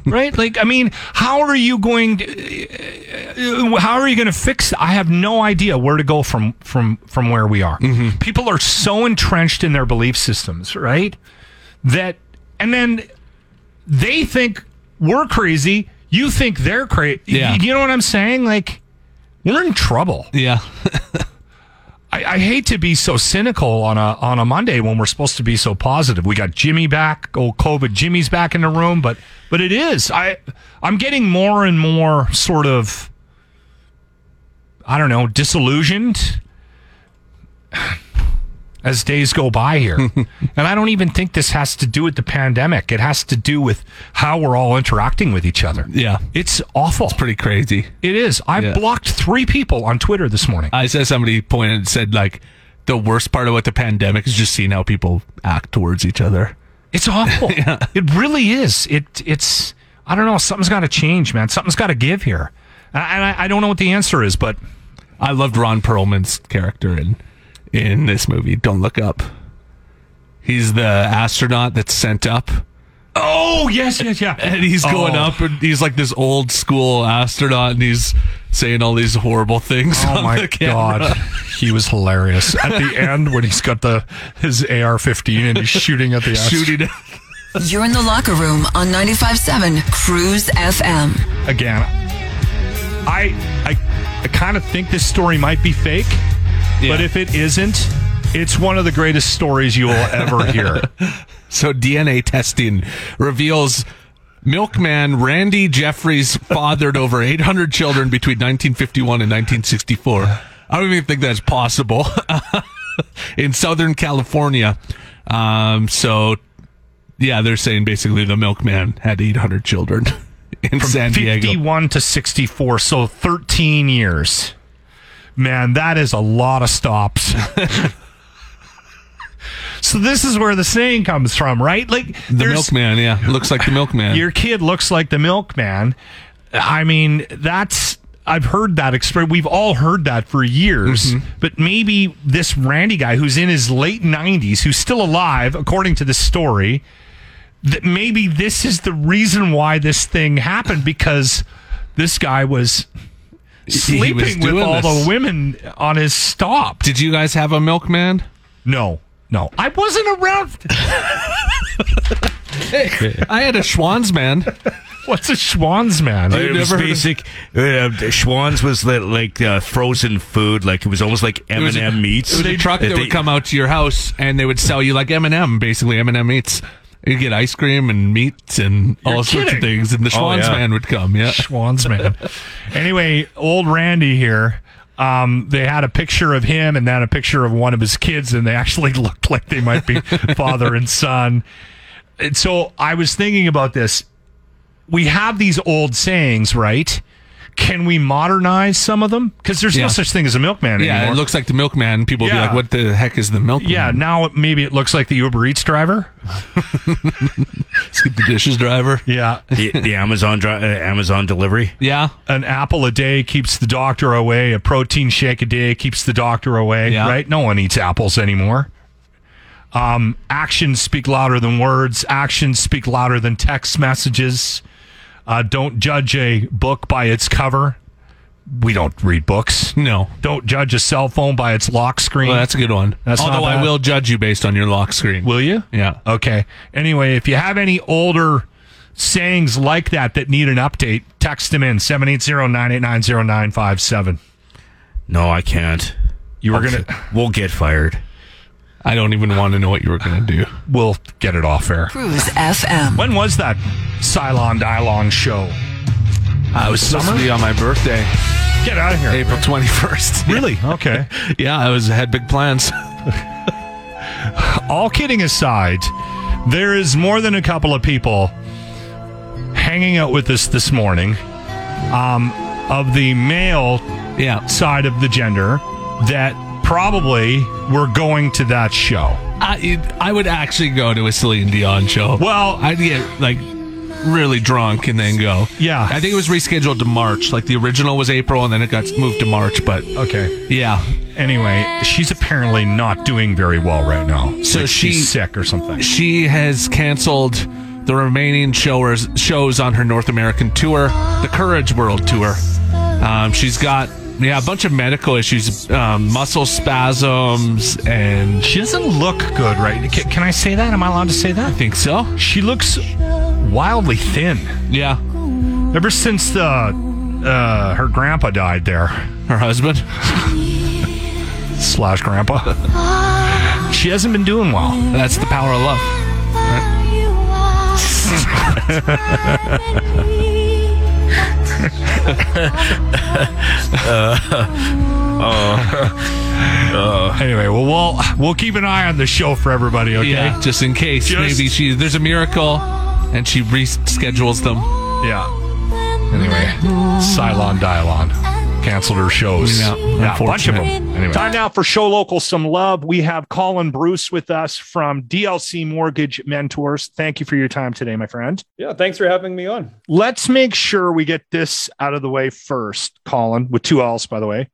Speaker 4: right? like, I mean, how are you going? To, uh, how are you going to fix? I have no idea where to go from from from where we are. People are so entrenched in their belief systems, right? That and then they think we're crazy. You think they're crazy.
Speaker 6: Yeah.
Speaker 4: You know what I'm saying? Like, we're in trouble.
Speaker 6: Yeah.
Speaker 4: I, I hate to be so cynical on a on a Monday when we're supposed to be so positive. We got Jimmy back, old COVID Jimmy's back in the room, but but it is. I I'm getting more and more sort of I don't know, disillusioned as days go by here. and I don't even think this has to do with the pandemic. It has to do with how we're all interacting with each other.
Speaker 6: Yeah.
Speaker 4: It's awful.
Speaker 6: Pretty crazy.
Speaker 4: It is. I
Speaker 6: Yeah.
Speaker 4: blocked three people on Twitter this morning.
Speaker 6: I saw somebody pointed and said, like, the worst part about the pandemic is just seeing how people act towards each other.
Speaker 4: It's awful. It really is. It it's I don't know. Something's got to change, man. Something's got to give here, and I, I don't know what the answer is, but
Speaker 6: I loved Ron Perlman's character in in this movie. Don't look up. He's the astronaut that's sent up,
Speaker 4: oh yes, yes, yeah.
Speaker 6: and he's going
Speaker 4: Oh.
Speaker 6: up, and he's like this old school astronaut, and he's saying all these horrible things.
Speaker 4: Oh
Speaker 6: on
Speaker 4: my
Speaker 6: the camera.
Speaker 4: god, he was hilarious at the end when he's got the his AR-15 and he's shooting at the
Speaker 6: Shooting.
Speaker 1: You're in the locker room on 95.7 Cruise FM.
Speaker 4: again. I I I kind of think this story might be fake, but if it isn't, it's one of the greatest stories you will ever hear.
Speaker 6: So DNA testing reveals milkman Randy Jeffries fathered over 800 children between 1951 and 1964. I don't even think that's possible in Southern California. Um, so yeah, they're saying basically the milkman had 800 children in San Diego.
Speaker 4: 51 to 64, so 13 years. Man, that is a lot of stops. so this is where the saying comes from, right? Like
Speaker 6: The
Speaker 4: there's-
Speaker 6: milkman, yeah, looks like the milkman.
Speaker 4: your kid looks like the milkman. I mean, that's I've heard that expression. We've all heard that for years.
Speaker 6: Mm-hmm.
Speaker 4: But maybe this Randy guy, who's in his late nineties, who's still alive, according to the story, that maybe this is the reason why this thing happened because this guy was
Speaker 6: he was
Speaker 4: sleeping with
Speaker 6: doing
Speaker 4: all
Speaker 6: this.
Speaker 4: the women on his stop.
Speaker 6: Did you guys have a milkman?
Speaker 4: No, no, I wasn't around.
Speaker 6: I had a Schwanzman.
Speaker 4: What's a Schwanz man?
Speaker 7: It was
Speaker 6: never heard of-
Speaker 7: basic. Uh, Schwann's was li- like uh, frozen food. Like it was almost like M
Speaker 6: was
Speaker 7: and
Speaker 6: a-
Speaker 7: M
Speaker 6: It
Speaker 7: meats.
Speaker 6: was a truck that
Speaker 7: they-
Speaker 6: would come out to your house and they would sell you like M and M, basically M and M meats. You get ice cream and meats and all sorts of
Speaker 4: kidding.
Speaker 6: things, and the
Speaker 7: Oh,
Speaker 6: Schwanz
Speaker 7: yeah.
Speaker 6: man would come. Yeah,
Speaker 4: Schwans man. anyway, old Randy here. Um, they had a picture of him and then a picture of one of his kids, and they actually looked like they might be father and son. And so I was thinking about this. We have these old sayings, right? Can we modernize some of them? Because there's
Speaker 6: Yeah.
Speaker 4: no such thing as a milkman
Speaker 6: yeah.
Speaker 4: anymore.
Speaker 6: It looks like the milkman. People would be
Speaker 4: Yeah.
Speaker 6: like, "What the heck is the milkman?"
Speaker 4: yeah, now it, maybe it looks like the Uber Eats driver.
Speaker 6: Is he the dishes driver.
Speaker 4: Yeah.
Speaker 7: the, the Amazon dri- uh, Amazon delivery.
Speaker 6: Yeah,
Speaker 4: an apple a day keeps the doctor away. A protein shake a day keeps the doctor away.
Speaker 6: Yeah.
Speaker 4: Right? No one eats apples anymore. Um, actions speak louder than words. Actions speak louder than text messages. Uh, don't judge a book by its cover. We don't read books.
Speaker 6: no,
Speaker 4: Don't judge a cell phone by its lock screen.
Speaker 6: well, that's a good one.
Speaker 4: That's not
Speaker 6: Although I
Speaker 4: bad.
Speaker 6: will judge you based on your lock screen.
Speaker 4: Will you?
Speaker 6: yeah,
Speaker 4: Okay. Anyway, if you have any older sayings like that that need an update, text them in 780-989-0957.
Speaker 7: No, I can't.
Speaker 4: You were gonna.
Speaker 7: We'll get fired.
Speaker 6: I don't even want to know what you were going to do.
Speaker 4: We'll get it off air.
Speaker 1: Cruise FM.
Speaker 4: When was that Cylon Dylon show?
Speaker 6: I was supposed to be on my birthday,
Speaker 4: Get out of here.
Speaker 6: April twenty first.
Speaker 4: Really? Okay.
Speaker 6: yeah, I was had big plans.
Speaker 4: All kidding aside, there is more than a couple of people hanging out with us this morning um, of the male
Speaker 6: Yeah,
Speaker 4: side of the gender that probably were going to that show.
Speaker 6: I I would actually go to a Celine Dion show.
Speaker 4: Well,
Speaker 6: I'd get like really drunk and then go.
Speaker 4: Yeah.
Speaker 6: I think it was rescheduled to March. Like the original was April and then it got moved to March. But
Speaker 4: okay.
Speaker 6: yeah,
Speaker 4: Anyway, she's apparently not doing very well right now.
Speaker 6: So
Speaker 4: Like,
Speaker 6: she-
Speaker 4: she's sick or something.
Speaker 6: she has canceled the remaining showers, shows on her North American tour, the Courage World tour. Um, she's got yeah a bunch of medical issues, um, muscle spasms, and
Speaker 4: She doesn't look good, right? Can, can I say that? Am I allowed to say that?
Speaker 6: I think so.
Speaker 4: She looks wildly thin
Speaker 6: Yeah.
Speaker 4: ever since the uh, her grandpa died there.
Speaker 6: Her husband.
Speaker 4: slash grandpa. she hasn't been doing well.
Speaker 6: That's the power of love.
Speaker 4: Anyway, well, we'll we'll keep an eye on the show for everybody. Okay.
Speaker 6: Yeah. Just in case.
Speaker 4: Just-
Speaker 6: Maybe she there's a miracle and she reschedules them.
Speaker 4: Yeah. Anyway, Cylon Dylon canceled her shows.
Speaker 6: Yeah,
Speaker 4: yeah a bunch of them.
Speaker 6: unfortunate.
Speaker 4: Anyway. Time now for Show Local Some Love. We have Colin Bruce with us from DLC Mortgage Mentors. Thank you for your time today, my friend.
Speaker 9: Yeah, thanks for having me on.
Speaker 4: Let's make sure we get this out of the way first, Colin, with two L's, by the way.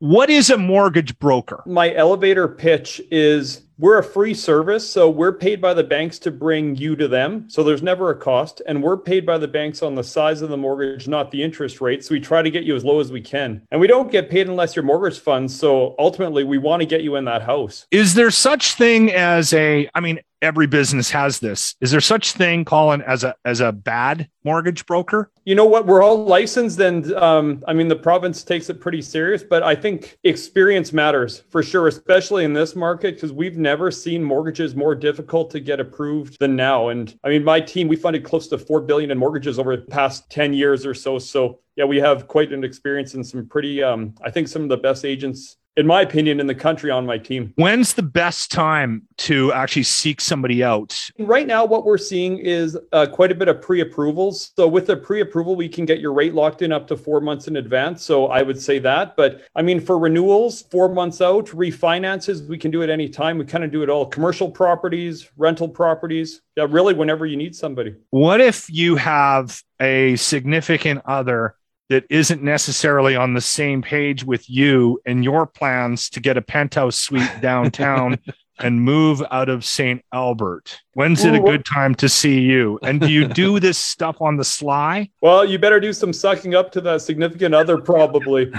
Speaker 4: what is a mortgage broker?
Speaker 9: My elevator pitch is we're a free service, so we're paid by the banks to bring you to them. So there's never a cost, and we're paid by the banks on the size of the mortgage, not the interest rate. So we try to get you as low as we can. And we don't get paid unless your mortgage funds. So ultimately, we want to get you in that house.
Speaker 4: is there such thing as a i mean every business has this is there such thing colin as a as a bad mortgage broker
Speaker 9: You know what? We're all licensed, and um, I mean the province takes it pretty serious. But I think experience matters for sure, especially in this market, because we've never seen mortgages more difficult to get approved than now. And I mean, my team we funded close to four billion in mortgages over the past ten years or so. So yeah, we have quite an experience and some pretty, um, I think, some of the best agents, in my opinion, in the country on my team.
Speaker 4: when's the best time to actually seek somebody out
Speaker 9: Right now, what we're seeing is uh, quite a bit of pre approvals. So, with the pre approval, we can get your rate locked in up to four months in advance. So, I would say that. But I mean, for renewals, four months out, refinances, we can do it any time. We kind of do it all commercial properties, rental properties. Yeah, really, whenever you need somebody.
Speaker 4: what if you have a significant other that isn't necessarily on the same page with you and your plans to get a penthouse suite downtown and move out of St. Albert. When's it a good time to see you? And do you do this stuff on the sly?
Speaker 9: Well, you better do some sucking up to that significant other, probably.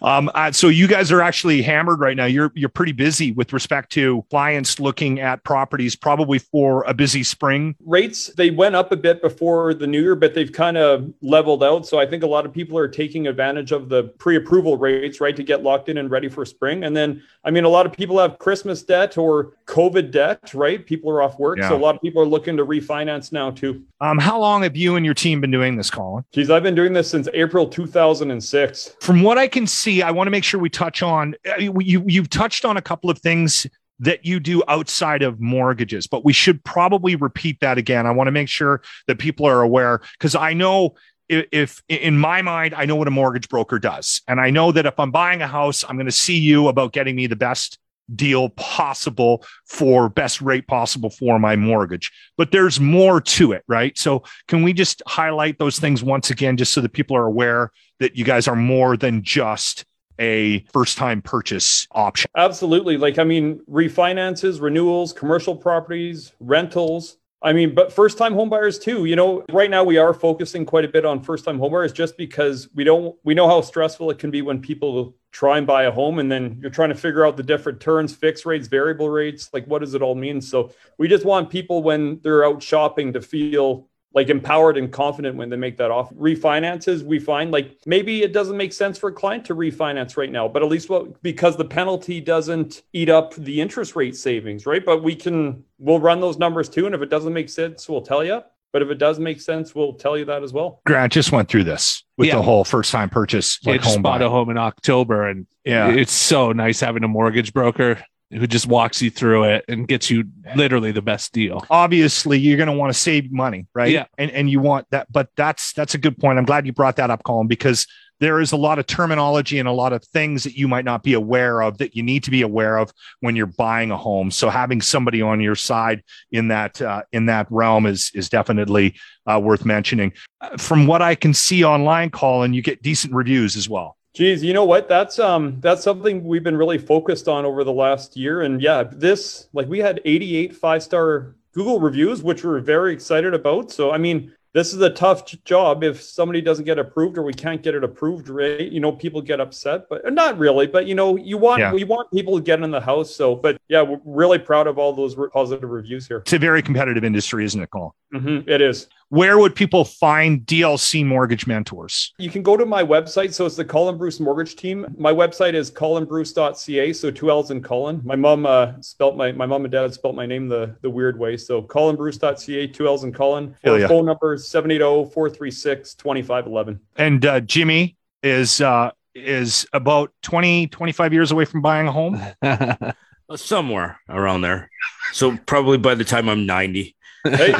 Speaker 4: um, uh, so you guys are actually hammered right now. You're you're pretty busy with respect to clients looking at properties, probably for a busy spring.
Speaker 9: rates they went up a bit before the new year but they've kind of leveled out so i think a lot of people are taking advantage of the pre-approval rates right to get locked in and ready for spring and then i mean a lot of people have christmas debt or covid debt right people are off work so
Speaker 4: Yeah.
Speaker 9: a lot of people are looking to refinance now too
Speaker 4: Um, how long have you and your team been doing this, Colin?
Speaker 9: geez i've been doing this since april 2006
Speaker 4: From what I can see, I want to make sure we touch on I mean, you. You've touched on a couple of things that you do outside of mortgages, but we should probably repeat that again. I want to make sure that people are aware because I know i- if in my mind i know what a mortgage broker does and i know that if i'm buying a house i'm going to see you about getting me the best deal possible for best rate possible for my mortgage but there's more to it right so can we just highlight those things once again just so that people are aware that you guys are more than just a first time purchase option
Speaker 9: Absolutely. Like, I mean, refinances, renewals, commercial properties, rentals. I mean, but first time homebuyers too. You know, right now we are focusing quite a bit on first time homebuyers just because we don't, we know how stressful it can be when people try and buy a home and then you're trying to figure out the different turns, fixed rates, variable rates. Like, what does it all mean? So we just want people when they're out shopping to feel like empowered and confident when they make that offer. Refinances, we find like maybe it doesn't make sense for a client to refinance right now, but at least what because the penalty doesn't eat up the interest rate savings, right? But we can we'll run those numbers too, and if it doesn't make sense, we'll tell you. But if it does make sense, we'll tell you that as well.
Speaker 4: grant just went through this with
Speaker 6: Yeah.
Speaker 4: the whole first time purchase
Speaker 6: I
Speaker 4: like
Speaker 6: just
Speaker 4: home
Speaker 6: bought
Speaker 4: buy.
Speaker 6: a home in October and
Speaker 4: yeah
Speaker 6: it's so nice having a mortgage broker who just walks you through it and gets you literally the best deal.
Speaker 4: obviously you're going to want to save money right
Speaker 6: Yeah.
Speaker 4: and and you want that but that's that's a good point i'm glad you brought that up colin because there is a lot of terminology and a lot of things that you might not be aware of that you need to be aware of when you're buying a home so having somebody on your side in that uh, in that realm is is definitely uh, worth mentioning Uh, from what i can see online colin you get decent reviews as well
Speaker 9: Geez, you know what? That's um that's something we've been really focused on over the last year. And yeah, this like we had 88 five star Google reviews, which we're very excited about. So I mean, this is a tough j- job. If somebody doesn't get approved or we can't get it approved, right? You know, people get upset, but uh, not really. But you know, you want
Speaker 4: Yeah.
Speaker 9: we want people to get in the house. So, but yeah, we're really proud of all those re- positive reviews here.
Speaker 4: It's a very competitive industry, isn't it, Cole?
Speaker 9: Mhm, it is.
Speaker 4: Where would people find DLC mortgage mentors?
Speaker 9: You can go to my website. So it's the Colin Bruce Mortgage Team. My website is colinbruce.ca. So two L's in Colin. My mom uh, spelt my my mom and dad spelt my name the the weird way. So colinbruce.ca, two L's in Colin.
Speaker 4: Hell
Speaker 9: Or
Speaker 4: yeah.
Speaker 9: Phone number is oh, 780-436-2511.
Speaker 4: And uh, Jimmy is uh, is about 20, 25 years away from buying a home.
Speaker 7: Uh, Somewhere around there. So probably by the time I'm 90.
Speaker 9: Hey,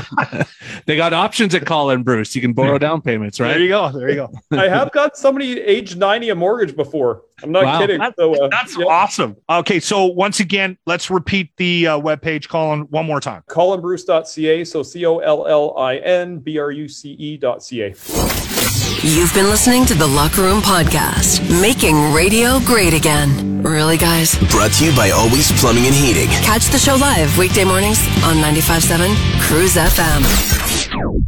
Speaker 6: they got options at Colin Bruce. You can borrow down payments,
Speaker 4: There
Speaker 6: right?
Speaker 4: you go. There you go.
Speaker 9: I have got somebody age 90 a mortgage before. I'm not
Speaker 6: Wow.
Speaker 9: kidding.
Speaker 4: That-
Speaker 9: so uh,
Speaker 4: That's
Speaker 9: yeah,
Speaker 4: awesome. Okay, so once again, let's repeat the uh, webpage, Colin, one more time.
Speaker 9: colinbruce.ca. So C O L L I N B R U C E dot C A.
Speaker 1: You've been listening to the Locker Room Podcast, making radio great again. Really, guys?
Speaker 2: Brought to you by Always Plumbing and Heating.
Speaker 1: Catch the show live weekday mornings on 95.7 Cruise FM.